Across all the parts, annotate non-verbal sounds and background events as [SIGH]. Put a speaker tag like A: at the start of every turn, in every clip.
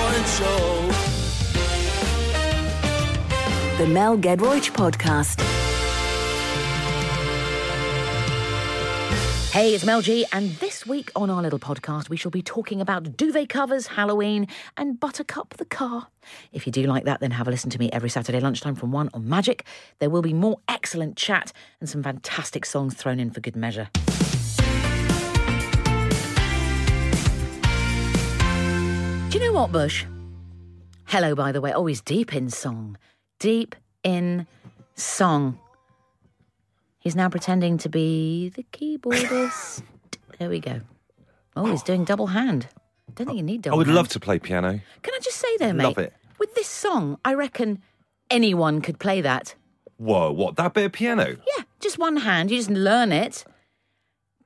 A: show.
B: The Mel Gedroych Podcast.
C: Hey, it's Mel G, and this week on our little podcast, we shall be talking about duvet covers, Halloween, and Buttercup the car. If you do like that, then have a listen to me every Saturday lunchtime from 1 on Magic. There will be more excellent chat and some fantastic songs thrown in for good measure. Do you know what, Bush? Hello, by the way. Always deep in song. Deep in song. He's now pretending to be the
D: [LAUGHS]
C: keyboardist. there we go. Oh, he's doing double hand. Don't think you need
D: I
C: double
D: would love
C: hand.
D: to play piano.
C: Can I just say there, mate?
D: Love it.
C: With this song, I reckon anyone could play that.
D: Whoa, what? That bit of piano?
C: Yeah, just one hand. You just learn it.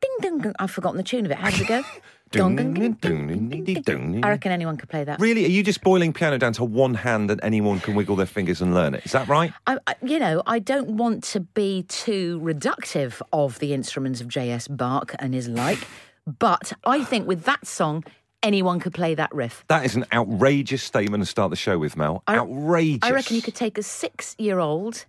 C: Ding dong. dong. I've forgotten the tune of it. How does it
D: [LAUGHS]
C: go? Dong, dong, ding, ding, ding, ding, ding, ding. I reckon anyone could play that.
D: Really? Are you just boiling piano down to one hand and anyone can wiggle their fingers and learn it? Is that right?
C: I, I, you know, I don't want to be too reductive of the instruments of J.S. Bach and his like, but I think with that song, anyone could play that riff.
D: That is an outrageous statement to start the show with, Mel. outrageous.
C: I reckon you could take a six year old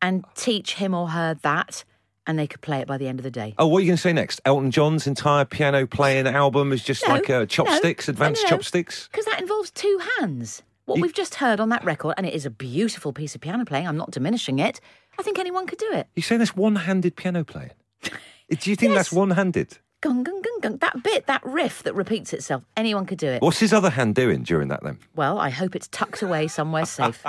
C: and teach him or her that, and they could play it by the end of the day.
D: Oh, what are you going to say next? Elton John's entire piano playing album is just
C: No,
D: like
C: no,
D: uh, chopsticks, advanced chopsticks.
C: Because that involves two hands. What we've just heard on that record, and it is a beautiful piece of piano playing, I'm not diminishing it. I think anyone could do it.
D: You're saying that's one handed piano
C: [LAUGHS]
D: playing? Do you think that's
C: Yes.
D: one handed?
C: Gung, gung, gung, gung. That bit, that riff that repeats itself, anyone could do it.
D: What's his other hand doing during that then?
C: Well, I hope it's tucked away somewhere
D: [LAUGHS]
C: safe,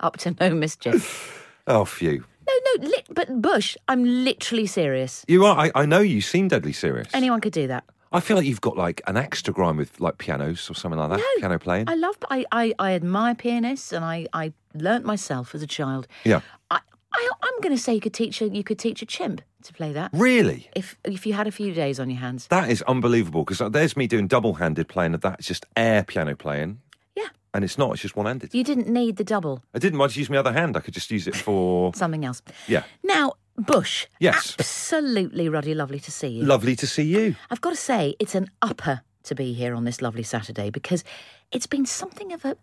C: up to no mischief.
D: Oh, phew.
C: No, no, lit, but Bush, I'm literally serious.
D: You are. I, I know you seem deadly serious.
C: Anyone could do that.
D: I feel like you've got like an axe to grind with like pianos or something like that. piano playing.
C: I love. I, I, I admire pianists, and I I learnt myself as a child.
D: Yeah.
C: I, I I'm going to say you could teach a you could teach a chimp to play that
D: Really?
C: if if you had a few days on your hands.
D: That is unbelievable because there's me doing double handed playing of that. It's just air piano playing.
C: Yeah.
D: And it's not, it's just one handed.
C: You didn't need the double.
D: I didn't want to use my other hand. I could just use it for.
C: Something else.
D: Yeah.
C: Now, Bush.
D: Yes.
C: Absolutely, ruddy, lovely to see you.
D: Lovely to see you.
C: I've got to say, it's an upper to be here on this lovely Saturday because it's been something of a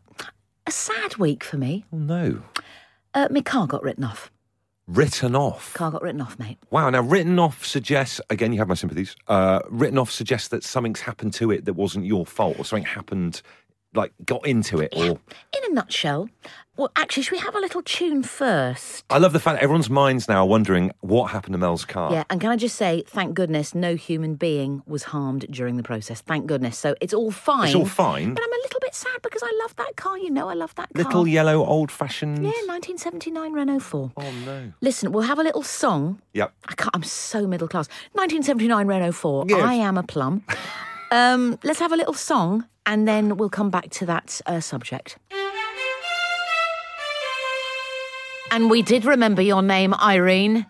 C: a sad week for me.
D: Oh, no.
C: Uh, my car got written off.
D: Written off.
C: Car got written off, mate.
D: Wow. Now, written off suggests, again, you have my sympathies. Uh, written off suggests that something's happened to it that wasn't your fault or something happened, like got into it. Or
C: In a nutshell, well, actually, should we have a little tune first?
D: I love the fact that everyone's minds now are wondering what happened to Mel's car.
C: Yeah, and can I just say, thank goodness no human being was harmed during the process. Thank goodness. So it's all fine.
D: It's all fine.
C: But I'm a little bit sad because I love that car. You know, I love that car.
D: Little yellow old fashioned.
C: Yeah, 1979 Renault 4.
D: Oh, no.
C: Listen, we'll have a little song.
D: Yep.
C: I can't, I'm so middle class. 1979 Renault 4.
D: Yes.
C: I am a
D: [LAUGHS]
C: plum. um, let's have a little song and then we'll come back to that uh, subject. And we did remember your name, Irene.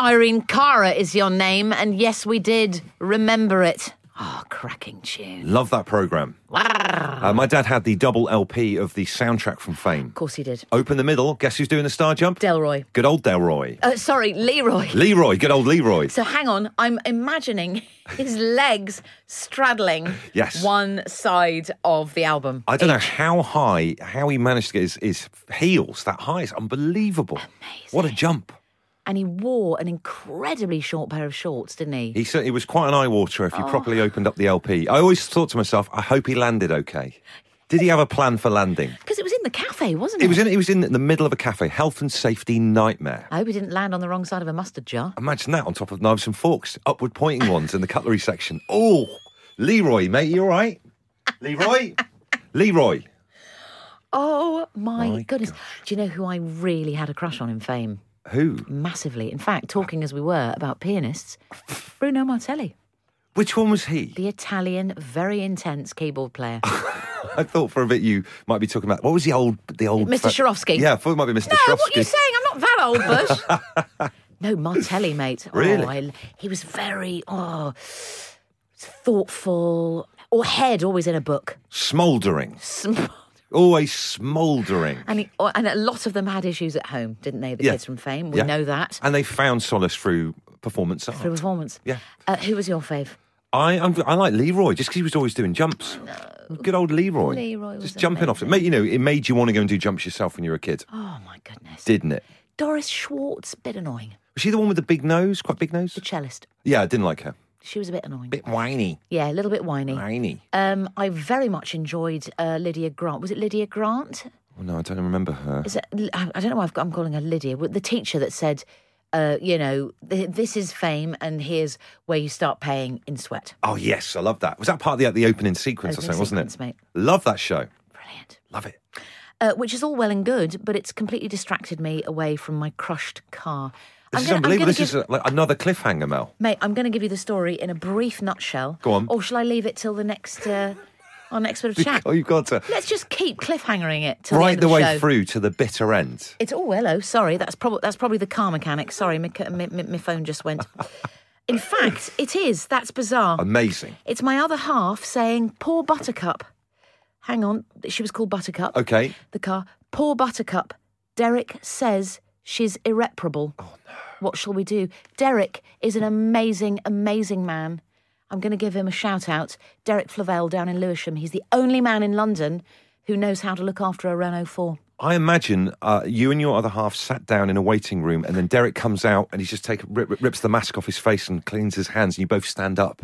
C: Irene Cara is your name, and yes, we did remember it. Oh, cracking tune.
D: Love that program. Uh, my dad had the double LP of the soundtrack from Fame.
C: Of course, he did.
D: Open the middle. Guess who's doing the star jump?
C: Delroy.
D: good old Delroy.
C: Uh, sorry, Leroy.
D: Leroy. Good old Leroy.
C: So hang on, I'm imagining
D: [LAUGHS]
C: his legs straddling
D: Yes.
C: one side of the album.
D: I don't know how high, how he managed to get his, his heels that high. It's unbelievable. What a jump.
C: And he wore an incredibly short pair of shorts, didn't he?
D: He certainly was quite an eye water if you properly opened up the LP. I always thought to myself, I hope he landed okay. Did he have a plan for landing?
C: Because it was in the cafe, wasn't it?
D: It was in, it was in the middle of a cafe, health and safety nightmare.
C: I hope he didn't land on the wrong side of a mustard jar.
D: Imagine that on top of knives and forks, upward pointing ones in the cutlery section. Oh, Leroy, mate, you all right? Leroy? Leroy.
C: Oh my,
D: My
C: goodness. Do you know who I really had a crush on in fame?
D: Who?
C: Massively. In fact, talking as we were about pianists, Bruno Martelli,
D: Which one was he?
C: the Italian, very intense keyboard player.
D: I thought for a bit you might be talking about what was the old the old
C: Mr. Sharovsky.
D: Yeah, I thought it might be Mr.
C: No,
D: Sharovsky.
C: what are you saying? I'm not that old,
D: [LAUGHS]
C: Bush. no, Martelli, mate.
D: Really?
C: Oh, I, he was very oh, thoughtful. Or head always in a book.
D: Smouldering.
C: Some-
D: Always smouldering.
C: And, he, oh, and a lot of them had issues at home, didn't they? The
D: Yeah.
C: kids from fame. We
D: Yeah.
C: know that.
D: And they found solace through performance art.
C: Through performance.
D: Yeah.
C: Uh, who was your fave?
D: I I'm, I like Leroy just because he was always doing jumps. Good old Leroy.
C: Leroy was
D: just jumping off it. Mate, you know, it made you want to go and do jumps yourself when you were a kid,
C: Oh my goodness.
D: didn't it?
C: Doris Schwartz, bit annoying.
D: Was she the one with the big nose? Quite big nose.
C: The cellist.
D: Yeah, I didn't like her.
C: She was a bit annoying.
D: Bit whiny,
C: Yeah, a little bit whiny.
D: whiny.
C: Um, I very much enjoyed uh, Lydia Grant. Was it Lydia Grant?
D: Oh, no, I don't remember her.
C: Is it, I I don't know why I've got, I'm calling her Lydia. Well, The teacher that said, uh, you know, th- this is fame and here's where you start paying in sweat. Oh,
D: Oh yes, I love that. Was that part of the, the opening sequence
C: Opening
D: or something?
C: sequence,
D: wasn't
C: mate.
D: it? Love that show.
C: Brilliant.
D: Love it.
C: Uh, which is all well and good, but it's completely distracted me away from my crushed car.
D: This is
C: gonna-
D: unbelievable.
C: gonna
D: This is
C: give-
D: uh, like another cliffhanger, Mel. [LAUGHS]
C: Mate, I'm going to give you the story in a brief nutshell.
D: Go on.
C: Or shall I leave it till the next uh, our next
D: [LAUGHS]
C: bit of chat?
D: Oh, you've got to
C: Let's just keep cliffhangering it till
D: right
C: the,
D: the
C: end of
D: way
C: the show.
D: through to the bitter end.
C: It's oh hello. Sorry, that's probably that's probably the car mechanic. Sorry, my co- my, my, my phone just [LAUGHS] went. In fact, it is. That's bizarre.
D: Amazing.
C: It's my other half saying, "Poor Buttercup." Hang on, she was called Buttercup.
D: Okay.
C: The car. Poor Buttercup. Derek says she's irreparable. Oh no. What shall we do? Derek is an amazing, amazing man. I'm going to give him a shout out. Derek Flavelle down in Lewisham. He's the only man in London who knows how to look after a Renault 4.
D: I imagine uh, you and your other half sat down in a waiting room, and then Derek comes out and he just take, rip, rip- rips the mask off his face and cleans his hands, and you both stand up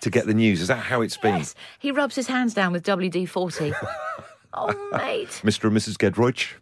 D: to get the news. Is that how it's been,
C: Yes, he rubs his hands down with WD
D: [LAUGHS]
C: 40. oh, mate.
D: Mr. and Mrs. Gedroich?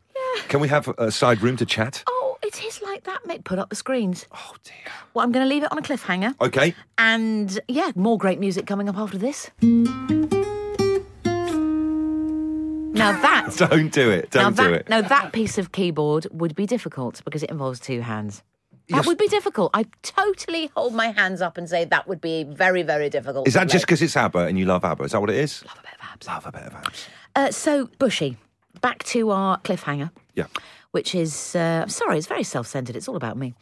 D: Can we have a side room to chat?
C: Oh, it is like that, mate. Put up the screens.
D: Oh dear.
C: Well, I'm going to leave it on a cliffhanger.
D: Okay.
C: And yeah, more great music coming up after this. Now that.
D: Don't do it.
C: Now
D: [LAUGHS] Don't
C: that,
D: do it.
C: now that piece of keyboard would be difficult because it involves two hands. That
D: Yes.
C: would be difficult. I totally hold my hands up and say that would be very, very difficult.
D: Is
C: to
D: that just
C: play.
D: because it's ABBA and you love ABBA? Is that what it is?
C: Love a bit of abs.
D: Love a bit of abs.
C: Uh, so Bushy, back to our cliffhanger.
D: Yeah.
C: which is, uh, I'm sorry, it's very self centered. It's all about me.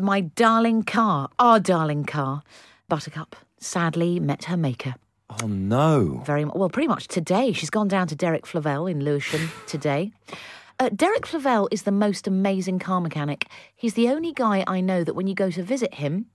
C: My darling car, our darling car, Buttercup, sadly met her maker
D: Oh no.
C: very much. Well, pretty much today. She's gone down to Derek Flavelle in Lewisham [LAUGHS] today. Uh, Derek Flavelle is the most amazing car mechanic. He's the only guy I know that when you go to visit him,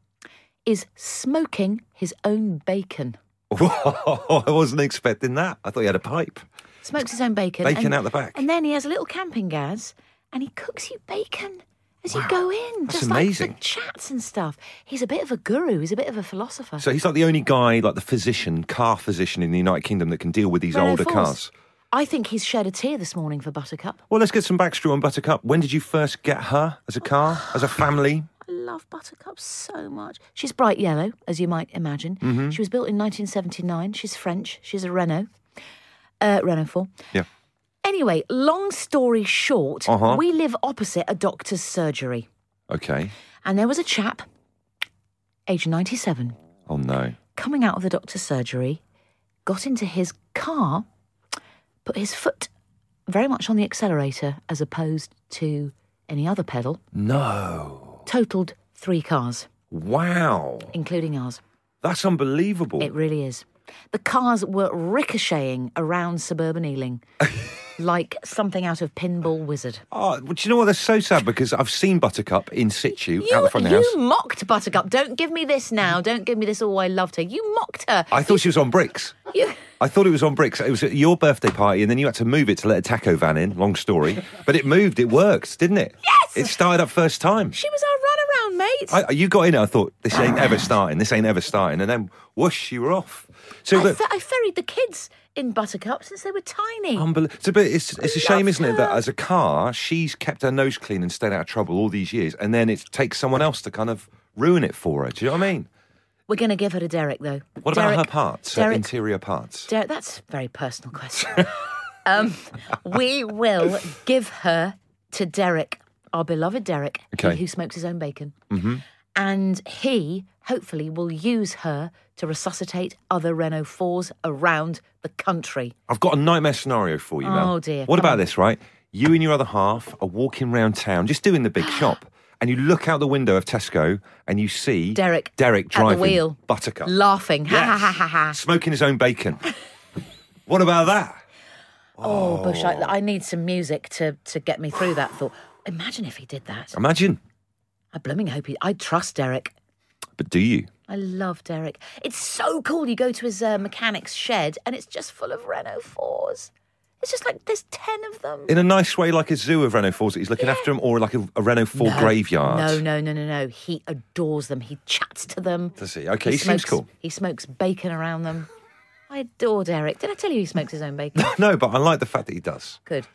C: is smoking his own bacon.
D: Whoa, [LAUGHS] I wasn't expecting that. I thought you had a pipe.
C: smokes his own bacon.
D: Bacon
C: and,
D: out the back.
C: And then he has a little camping gas and he cooks you bacon as you go in.
D: That's
C: just
D: amazing.
C: Like the chats and stuff. He's a bit of a guru, he's a bit of a philosopher.
D: So he's like the only guy, like the physician, car physician in the United Kingdom that can deal with these
C: Renault
D: older
C: fours.
D: cars.
C: I think he's shed a tear this morning for Buttercup.
D: Well, let's get some backstory on Buttercup. When did you first get her as a car, as a family?
C: I love Buttercup so much. She's bright yellow, as you might imagine.
D: Mm-hmm.
C: She was built in 1979. She's French. She's a Renault. Uh, Renault 4.
D: Yeah.
C: Anyway, long story short,
D: Uh-huh.
C: we live opposite a doctor's surgery.
D: Okay.
C: And there was a chap, age 97,
D: Oh no.
C: coming out of the doctor's surgery, got into his car, put his foot very much on the accelerator as opposed to any other pedal,
D: No.
C: totaled three cars,
D: Wow.
C: including ours.
D: That's unbelievable.
C: It really is. The cars were ricocheting around suburban Ealing
D: [LAUGHS]
C: like something out of Pinball Wizard.
D: Oh, do you know what? That's so sad because I've seen Buttercup in situ out
C: You,
D: the front of the
C: you
D: house.
C: mocked Buttercup. Don't give me this now. Don't give me this. Oh, I loved her. You mocked her.
D: I thought she was on bricks.
C: You.
D: I thought it was on bricks. It was at your birthday party, and then you had to move it to let a taco van in. Long story, but it moved. It worked, didn't it?
C: Yes!
D: It started up first time.
C: She was our runaround, mate.
D: I, you got in. it, I thought this ain't ever starting. This ain't ever starting. And then whoosh, you were off. So
C: I,
D: look,
C: fe- I ferried the kids in Buttercup since they were tiny.
D: unbel- it's a bit. It's, it's a shame,
C: love
D: isn't it, that
C: her.
D: as a car, she's kept her nose clean and stayed out of trouble all these years, and then it takes someone else to kind of ruin it for her. Do you know what I mean?
C: We're going to give her to Derek, though.
D: What
C: Derek,
D: about her parts, her
C: Derek,
D: interior parts?
C: Derek, that's a very personal question.
D: [LAUGHS]
C: um, we will give her to Derek, our beloved Derek, he
D: Okay. Mm-hmm.
C: who smokes his own bacon. And he, hopefully, will use her to resuscitate other Renault 4s around the country.
D: I've got a nightmare scenario for you, Mel.
C: Oh, dear.
D: What
C: Come
D: about
C: on.
D: this, right? You and your other half are walking round town, just doing the big
C: Ah.
D: shop, and you look out the window of Tesco and you see
C: Derek
D: Derek
C: at the
D: driving
C: wheel.
D: Buttercup,
C: [LAUGHS] Laughing. Ha ha
D: Yes.
C: ha ha [LAUGHS] ha.
D: smoking his own bacon. what about that?
C: Oh, Bush, I, I need some music to, to get me through that thought. Imagine if he did that.
D: Imagine.
C: I blooming hope he. I trust Derek.
D: But But do you?
C: I love Derek. It's so cool. You go to his uh, mechanic's shed and it's just full of Renault 4s. It's just like there's 10 of them.
D: In a nice way, like a zoo of Renault 4s that he's looking after them, or like a, a Renault 4 graveyard?
C: No, no, no, no, no. He adores them. He chats to them.
D: Does he? Okay, he seems cool.
C: He smokes bacon around them. I adore Derek. Did I tell you he smokes his own bacon?
D: [LAUGHS] No, but I like the fact that he does.
C: Good.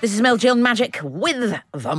C: This is Mel Jill Magic with the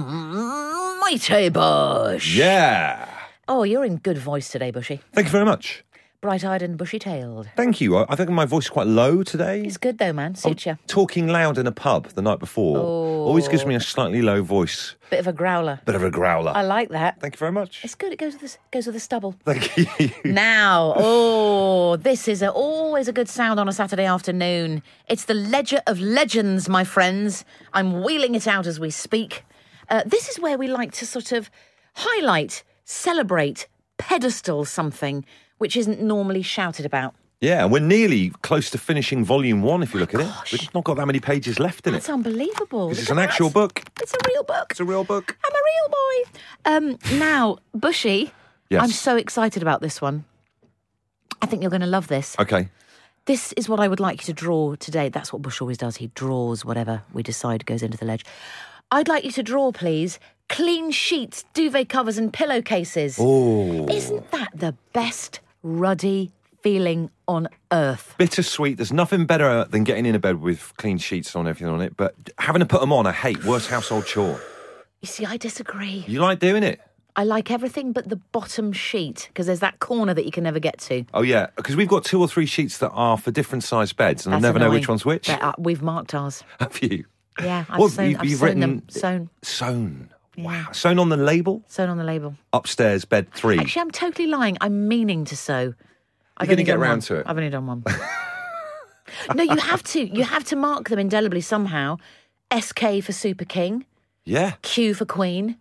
C: Mighty Bush.
D: Yeah.
C: Oh, you're in good voice today, Bushy.
D: Thank you very much.
C: Bright eyed and bushy tailed.
D: Thank you. I, I think my voice is quite low today.
C: It's good though, man. Suits you.
D: Talking loud in a pub the night before always gives me a slightly low voice,
C: Bit of a growler.
D: bit of a growler.
C: Oh. I like that.
D: Thank you very much.
C: It's good. It goes with the, goes with the stubble.
D: Thank [LAUGHS] you.
C: Now, oh, this is a, always a good sound on a Saturday afternoon. It's the Ledger of Legends, my friends. I'm wheeling it out as we speak. Uh, this is where we like to sort of highlight, celebrate, pedestal something which isn't normally shouted about.
D: Yeah, and we're nearly close to finishing volume one if you look at it. We've just not got that many pages left in it.
C: That's unbelievable.
D: This is an actual book.
C: It's a real book.
D: It's a real book.
C: I'm a real boy. Um, now, Bushy,
D: Yes.
C: I'm so excited about this one. I think you're going to love this.
D: Okay.
C: This is what I would like you to draw today. That's what Bush always does. He draws whatever we decide goes into the ledge. I'd like you to draw, please, clean sheets, duvet covers, and pillowcases. Isn't that the best ruddy feeling on earth?
D: Bittersweet. There's nothing better than getting in a bed with clean sheets on everything on it, but having to put them on, I hate. Worst household chore.
C: You see, I disagree.
D: You like doing it?
C: I like everything but the bottom sheet because there's that corner that you can never get to.
D: Oh yeah, because we've got two or three sheets that are for different size beds, and I
C: That's
D: never know
C: annoying.
D: which one's which.
C: But, uh, we've marked ours.
D: [LAUGHS] Have you?
C: Yeah, I've
D: Well,
C: sewn,
D: you-
C: I've
D: you've
C: sewn them.
D: written-
C: Sewn,
D: Sewn. Wow. Sewn on the label.
C: sewn on the label.
D: Upstairs, bed three.
C: Actually, I'm totally lying. I'm meaning to sew. I've
D: You're gonna
C: only
D: get
C: done
D: round
C: one.
D: to it.
C: I've only done
D: [LAUGHS]
C: one. no, you have to. You have to mark them indelibly somehow. SK for Super King,
D: yeah.
C: Q for Queen,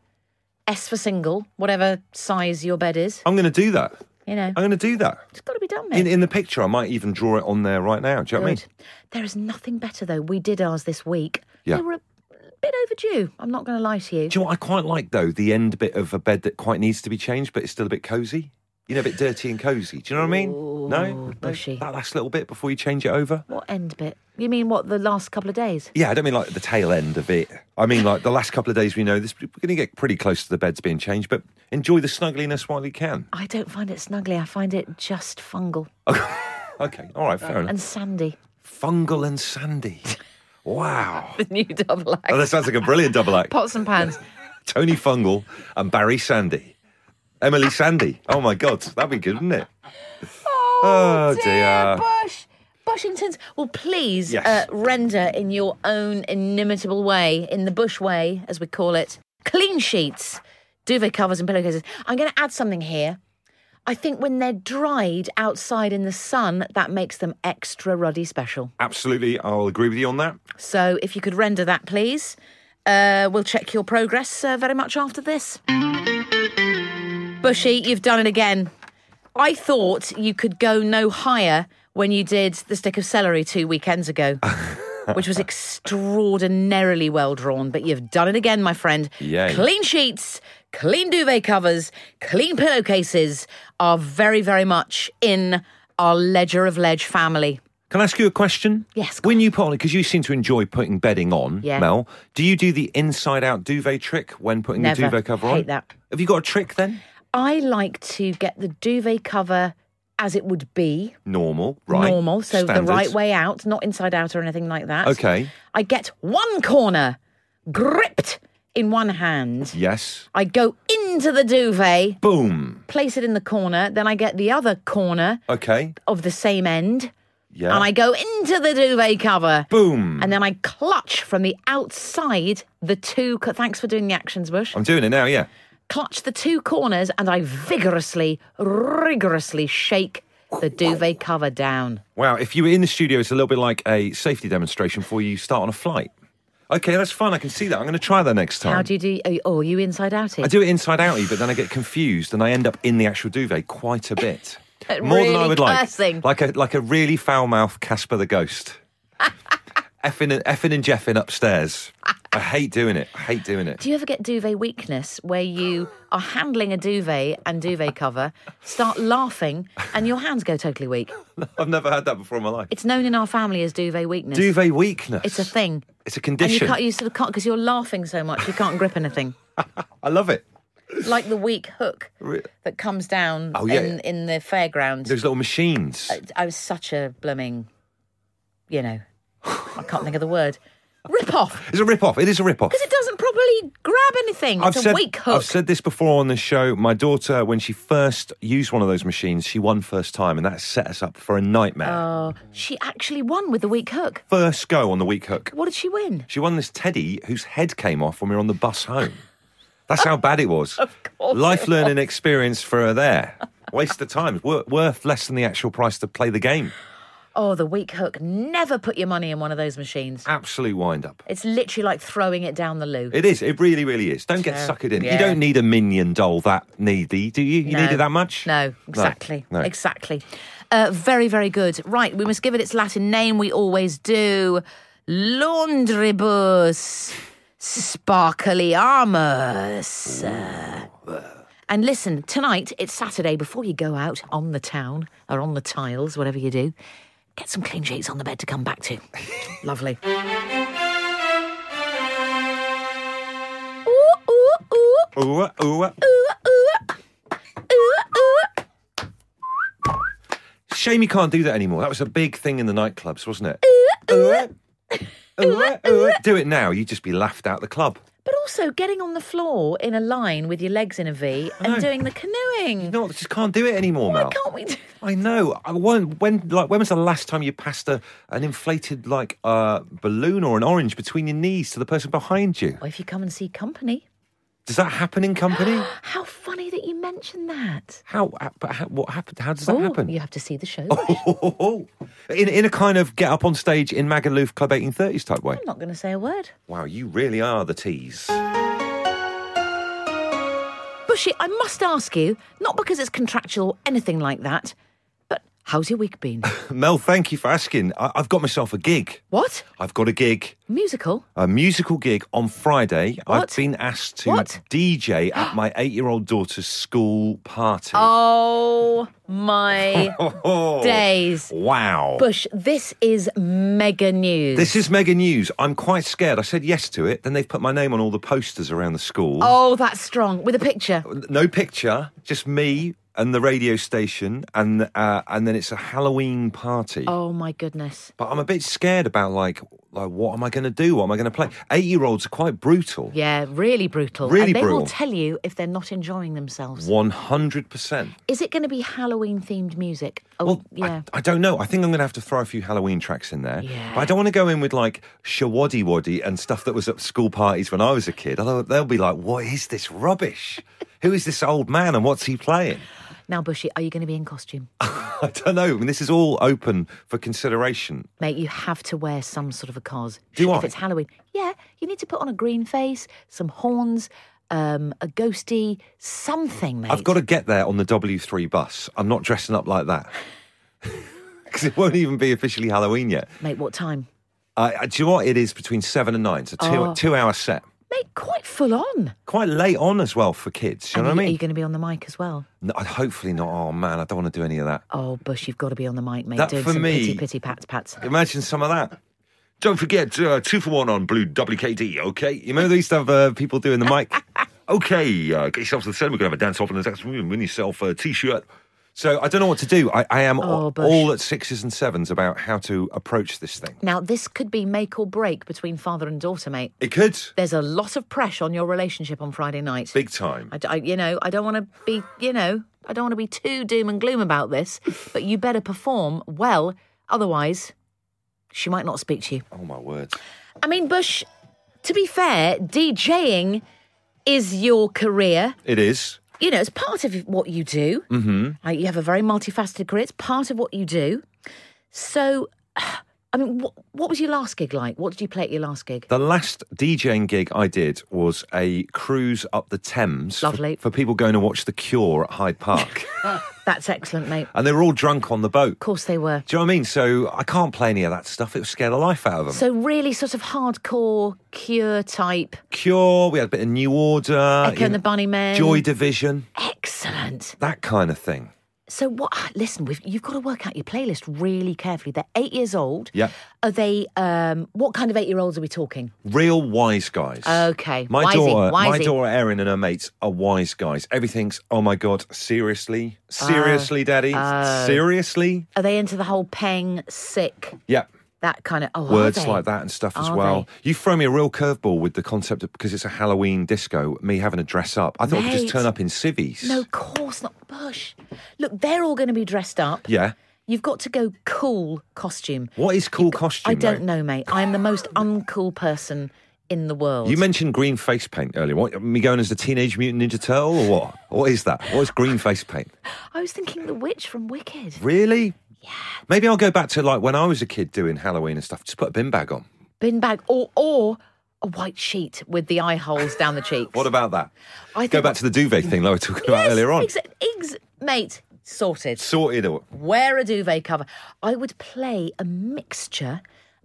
C: S for single, whatever size your bed is.
D: I'm going to do that.
C: You know,
D: I'm going to do that.
C: it's got to be done, mate.
D: In, in the picture, I might even draw it on there right now. Do you know what I mean?
C: Good. There is nothing better though. We did ours this week.
D: Yeah.
C: They were a bit overdue. I'm not going to lie to you.
D: Do you know what I quite like though? The end bit of a bed that quite needs to be changed, but it's still a bit cozy. You know, a bit dirty and cozy. Do you know what I mean? no,
C: bushy.
D: No? That last little bit before you change it over.
C: What end bit? You mean what? The last couple of days?
D: Yeah, I don't mean like the tail end of it. I mean like the last couple of days we know this. We're going to get pretty close to the beds being changed, but enjoy the snuggliness while you can.
C: I don't find it snuggly. I find it just fungal
D: Okay, all right, fair enough.
C: and sandy.
D: Fungal
C: [LAUGHS]
D: and sandy. Wow.
C: The [LAUGHS] new double act.
D: Oh, that sounds like a brilliant double act.
C: Pots and pans.
D: Tony Fungal and Barry Sandy. Emily Sandy. Oh my God, that'd be good, wouldn't it?
C: Oh,
D: Oh, dear.
C: Bush. Bushingtons. Well, please
D: Yes.
C: uh, render in your own inimitable way, in the bush way, as we call it, clean sheets, duvet covers, and pillowcases. I'm going to add something here. I think when they're dried outside in the sun, that makes them extra ruddy special.
D: Absolutely, I'll agree with you on that.
C: So if you could render that, please. Uh, we'll check your progress uh, very much after this. Bushy, you've done it again. I thought you could go no higher when you did the stick of celery two weekends ago, which was extraordinarily well drawn, but you've done it again, my friend.
D: Yay.
C: Clean sheets, clean duvet covers, clean pillowcases are very, very much in our Ledger of Ledge family.
D: Can I ask you a question?
C: Yes, go
D: When you put on, because you seem to enjoy putting bedding on,
C: Yeah.
D: Mel, do you do the inside out duvet trick when putting
C: Never.
D: the duvet cover on?
C: Hate that.
D: Have you got a trick then?
C: I like to get the duvet cover as it would be
D: Normal, right?
C: normal, so
D: Standards.
C: the right way out, not inside out or anything like that.
D: Okay.
C: I get one corner gripped in one hand.
D: Yes.
C: I go into the duvet,
D: Boom.
C: place it in the corner, then I get the other corner
D: Okay.
C: of the same end,
D: Yeah.
C: and I go into the duvet cover.
D: Boom.
C: And then I clutch from the outside the two. co- Thanks for doing the actions, Bush.
D: I'm doing it now, yeah.
C: clutch the two corners and I vigorously, rigorously shake the duvet cover down.
D: Wow, if you were in the studio, it's a little bit like a safety demonstration before you start on a flight. Okay, that's fine. I can see that. I'm going to try that next time.
C: How do you do? oh, Oh, are you inside out
D: I
C: here?
D: do it inside outy, but then I get confused and I end up in the actual duvet quite
C: [LAUGHS]
D: a bit. More than I
C: Really
D: would like.
C: cursing.
D: Like a like a
C: [LAUGHS]
D: really foul mouthed Casper the Ghost. effing, and, effing and jeffing upstairs. I hate doing it. I hate doing it. [LAUGHS]
C: Do you ever get duvet weakness where you are handling a duvet and duvet cover, start laughing, and your hands go totally weak?
D: I've never had that before in my life.
C: It's known in our family as duvet weakness.
D: Duvet weakness.
C: It's a thing.
D: It's a
C: And you
D: condition.
C: can't, you sort of can't, because you're laughing so much, you can't grip anything.
D: I love it.
C: Like the weak hook
D: Re-
C: that comes down
D: Oh, yeah.
C: in, in the fairgrounds.
D: Those little machines.
C: I was such a blooming, you know, I can't think of the word. Rip off
D: It's a rip off. It is a rip off.
C: because it doesn't properly grab anything. It's a
D: said,
C: weak hook.
D: I've said this before on the show. My daughter, when she first used one of those machines, she won first time, and that set us up for a nightmare.
C: oh, she actually won with the weak hook.
D: first go on the weak hook.
C: What did she win?
D: She won this teddy whose head came off when we were on the bus home. That's how bad it
C: [LAUGHS]
D: was. Of
C: course
D: Life
C: it
D: learning experience for her there. Waste of time. Wor- worth less than the actual price to play the game.
C: Oh, the weak hook. Never put your money in one of those machines.
D: Absolute wind up.
C: It's literally like throwing it down the loo.
D: It is. It really, really is. Don't get
C: Yeah.
D: suckered in.
C: Yeah.
D: You don't need a minion doll that needy, do you? You
C: No.
D: need it that much?
C: No, exactly.
D: No.
C: Exactly. Uh, very, very good. Right, we must give it its Latin name. We always do. Laundribus sparkliamus. Uh, And listen, tonight, it's Saturday. Before you go out on the town or on the tiles, whatever you do, get some clean sheets on the bed to come back to. Lovely. Ooh, ooh, ooh.
D: Ooh, ooh. Shame you can't do that anymore. That was a big thing in the nightclubs, wasn't it? Ooh, ooh, ooh. Do it now, you'd just be laughed out the club.
C: But also getting on the floor in a line with your legs in a
D: [SIGHS]
C: V and doing the canoeing.
D: No, I just can't do it anymore,
C: Why
D: Mel.
C: can't we do
D: I know. I when, when like when was the last time you passed a, an inflated like uh, balloon or an orange between your knees to the person behind you?
C: Or if you come and see company.
D: Does that happen in company?
C: How funny that you mentioned that.
D: how, uh, but how what happened? How does that
C: Ooh,
D: happen? Oh.
C: You have to see the show.
D: [LAUGHS] In in a kind of get up on stage in Magaluf Club 1830s type way.
C: I'm not going to say a word.
D: Wow, you really are the tease. [LAUGHS]
C: Bushy, I must ask you, not because it's contractual or anything like that, but how's your week
D: [LAUGHS]
C: been?
D: Mel, thank you for asking. I, I've got myself a gig.
C: what?
D: I've got a gig.
C: Musical?
D: a musical gig on Friday.
C: What?
D: I've been asked to
C: What?
D: DJ
C: [GASPS]
D: at my eight year old daughter's school party. Oh,
C: Oh [LAUGHS] my days.
D: Wow.
C: Oh. Bush, this is mega news.
D: this is mega news. I'm quite scared. I said yes to it. Then they've put my name on all the posters around the school.
C: Oh, that's strong. With a picture.
D: No picture, just me and the radio station, and uh, and then it's a Halloween party.
C: Oh my goodness.
D: But I'm a bit scared about like like what am I going to do? What am I going to play? Eight year olds are quite brutal.
C: Yeah, really brutal.
D: Really
C: and they will
D: brutal.
C: tell you if they're not enjoying themselves.
D: One hundred percent.
C: Is it going to be Halloween themed music? Oh,
D: Well,
C: yeah.
D: I, I don't know. I think I'm going to have to throw a few Halloween tracks in there.
C: Yeah.
D: But I don't want to go in with like shawaddy waddy and stuff that was at school parties when I was a kid. Although they'll be like, what is this rubbish? Who is this old man and what's he playing? [LAUGHS]
C: Now, Bushy, are you going to be in costume?
D: I don't know. I mean, this is all open for consideration.
C: Mate, you have to wear some sort of a cos.
D: Do
C: if
D: I?
C: it's Halloween. Yeah, you need to put on a green face, some horns, um, a ghosty, something, mate.
D: I've got to get there on the W3 bus. I'm not dressing up like that. [LAUGHS] Because it won't even be officially Halloween yet.
C: Mate, what time?
D: Uh, uh, do you know what? It is between seven and nine. So two,
C: Oh.
D: two hour set.
C: Mate, quite full on.
D: Quite late on as well for kids. You know
C: And
D: what I
C: Are
D: mean?
C: you going to be on the mic as well?
D: No, hopefully not. Oh man, I don't want to do any of that.
C: Oh, Bush, you've got to be on the mic, mate.
D: That
C: doing
D: for
C: some
D: me-
C: pitty pitty pats pats.
D: Imagine some of that. Don't forget uh, two for one on Blue WKD. Okay, you remember they used to have uh, people doing the mic. okay, uh, get yourself to the cinema. We're gonna have a dance off and the next room. Win yourself a t-shirt. So I don't know what to do. I, I am
C: Oh,
D: a-
C: Bush.
D: all at sixes and sevens about how to approach this thing.
C: Now, this could be make or break between father and daughter, mate.
D: It could
C: There's a lot of pressure on your relationship on Friday night.
D: big time.
C: I, d- I- you know, I don't want to be, you know, I don't want to be too doom and gloom about this, but you better perform well, otherwise, she might not speak to you.
D: Oh my word!
C: I mean, Bush, to be fair, DJing is your career.
D: It is.
C: You know, it's part of what you do. Mm-hmm. you have a very multifaceted career. It's part of what you do. So, [SIGHS] I mean, what, what was your last gig like? What did you play at your last gig?
D: The last DJing gig I did was a cruise up the Thames for-
C: Lovely.
D: For, people going to watch The Cure at
C: [LAUGHS]
D: Hyde Park.
C: That's excellent, mate. Of
D: and they were all drunk on the boat.
C: course they were.
D: Do you know what I mean? So I can't play any of that stuff. It would scare the life out of them.
C: So really, sort of hardcore Cure type.
D: Cure, we had a bit of New Order,
C: Echo
D: you
C: and the
D: know,
C: Bunnymen.
D: Joy Division,
C: Excellent.
D: that kind of thing.
C: So what? ah, Listen, we've, you've got to work out your playlist really carefully. They're eight years old.
D: Yeah.
C: Are they? Um, what kind of eight-year-olds are we talking?
D: Real wise guys.
C: Okay.
D: My
C: Wisey,
D: daughter, my
C: wisey.
D: daughter Erin and her mates are wise guys. Everything's, oh my God, seriously?
C: Uh,
D: Seriously, daddy? seriously?
C: Are they into the whole peng sick
D: Yep.
C: that kind of? Oh, are
D: words
C: they?
D: like that and stuff as
C: Are
D: well.
C: they?
D: You throw me a real curveball with the concept of because it's a Halloween disco, me having to dress up. I thought I could
C: Mate.
D: just turn up in civvies.
C: No, of course not. Bush. Look, they're all going to be dressed up.
D: Yeah.
C: You've got to go cool costume.
D: What is cool costume?
C: I don't
D: though?
C: know, mate. I'm the most uncool person in the world.
D: You mentioned green face paint earlier. What, me going as the Teenage Mutant Ninja Turtle or what? What is that? What is green face paint?
C: I was thinking the witch from Wicked.
D: Really? Yeah. Maybe I'll go back to like when I was a kid doing Halloween and stuff. Just put a bin bag on.
C: Bin bag or or a white sheet with the eye holes down the cheeks.
D: What about that?
C: I think
D: Go back to the duvet thing that we were talking about
C: Yes,
D: earlier on.
C: Ex- ex- mate, sorted.
D: Sorted or
C: Wear a duvet cover. I would play a mixture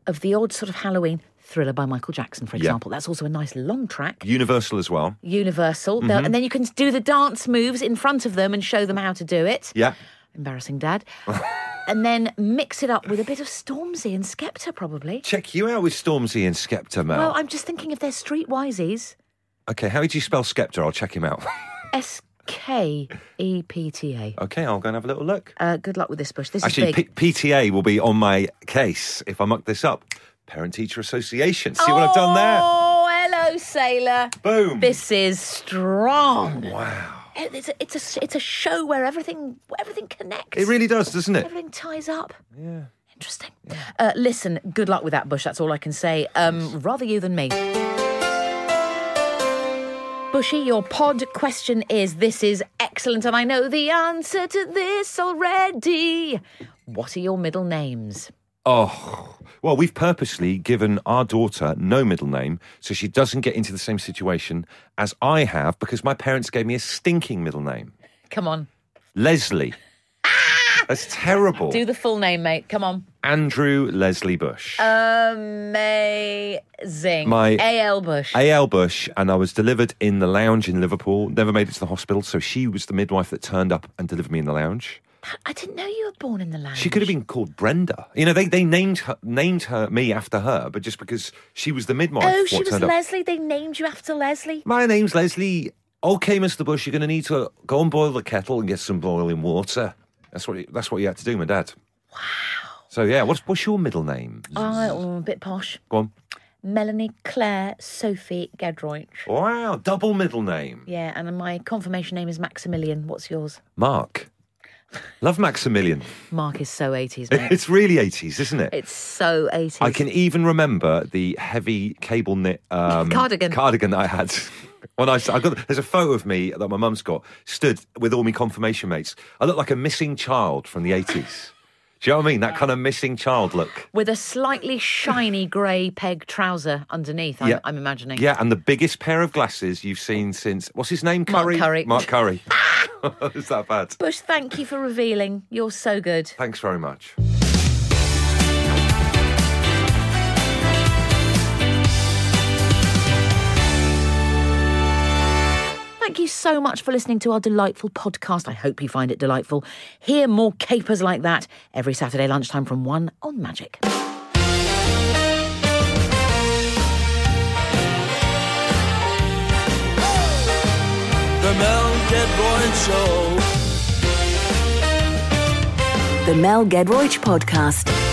C: of the odd sort of Halloween thriller by Michael Jackson, for example. That's also a nice long track.
D: Universal as well.
C: Universal. They'll-
D: Mm-hmm.
C: And then you can do the dance moves in front of them and show them how to do it.
D: Yeah.
C: Embarrassing,
D: [LAUGHS]
C: Dad. and then mix it up with a bit of Stormzy and Skepta, probably.
D: Check you out with Stormzy and Skepta, Mel.
C: Well, I'm just thinking if they're streetwiseies,
D: Okay, how would you spell Skepta? I'll check him out. [LAUGHS]
C: S K E P T A.
D: okay, I'll go and have a little look.
C: Uh, good luck with this, Bush. This
D: Actually,
C: is big.
D: P- PTA will be on my case if I muck this up. Parent Teacher Association. See what I've done there?
C: Oh, hello, sailor.
D: Boom.
C: This is strong. Wow. It's a, it's a, it's a show where everything everything connects.
D: It really does, doesn't it?
C: everything ties up. Yeah. Interesting. Uh, listen, good luck with that, Bush. That's all I can say. Um, rather you than me. Bushy, your pod question is this is excellent, and I know the answer to this already. What are your middle names?
D: Oh. Well, we've purposely given our daughter no middle name so she doesn't get into the same situation as I have because my parents gave me a stinking middle name
C: Come on,
D: Leslie. That's terrible.
C: Ah! do the full name, mate. Come on.
D: Andrew Leslie Bush.
C: Uh. Amazing.
D: My-
C: A.L. Bush.
D: A.L. Bush, and I was delivered in the lounge in Liverpool. Never made it to the hospital, so she was the midwife that turned up and delivered me in the lounge.
C: I didn't know you were born in the land.
D: She could have been called Brenda. You know, they, they named her, named her me after her, but just because she was the midwife.
C: Oh,
D: what
C: she was
D: turned up.
C: Leslie. They named you after Leslie.
D: My name's Leslie. Okay, Mr. Bush, you're going to need to go and boil the kettle and get some boiling water. That's what he, that's what you had to do, my dad. Wow. So yeah, what's what's your middle name?
C: I, oh, a bit posh.
D: Go on.
C: Melanie Claire Sophie Gedroich.
D: Wow, double middle name.
C: Yeah, and my confirmation name is Maximilian. What's yours?
D: Mark. Love Maximilian.
C: Mark is so
D: [LAUGHS]
C: 80s, mate.
D: It's really 80s, isn't it?
C: it's so 80s.
D: I can even remember the heavy cable knit um,
C: Cardigan.
D: cardigan that I had. [LAUGHS] When I, I got, there's a photo of me that my mum's got, stood with all my confirmation mates. I look like a missing child from the 80s. Do you know what I mean? That kind of missing child look.
C: With a slightly shiny grey peg trouser underneath, I'm,
D: Yeah.
C: I'm imagining.
D: Yeah, and the biggest pair of glasses you've seen since what's his name?
C: Mark
D: Curry.
C: Curry.
D: Mark Curry. [LAUGHS] Is that bad?
C: Bush, thank you for revealing. You're so good.
D: Thanks very much.
C: Thank you so much for listening to our delightful podcast. I hope you find it delightful. Hear more capers like that every Saturday lunchtime from 1 on Magic.
A: The Mel Gedroyd Show.
B: The Mel Gedroych Podcast.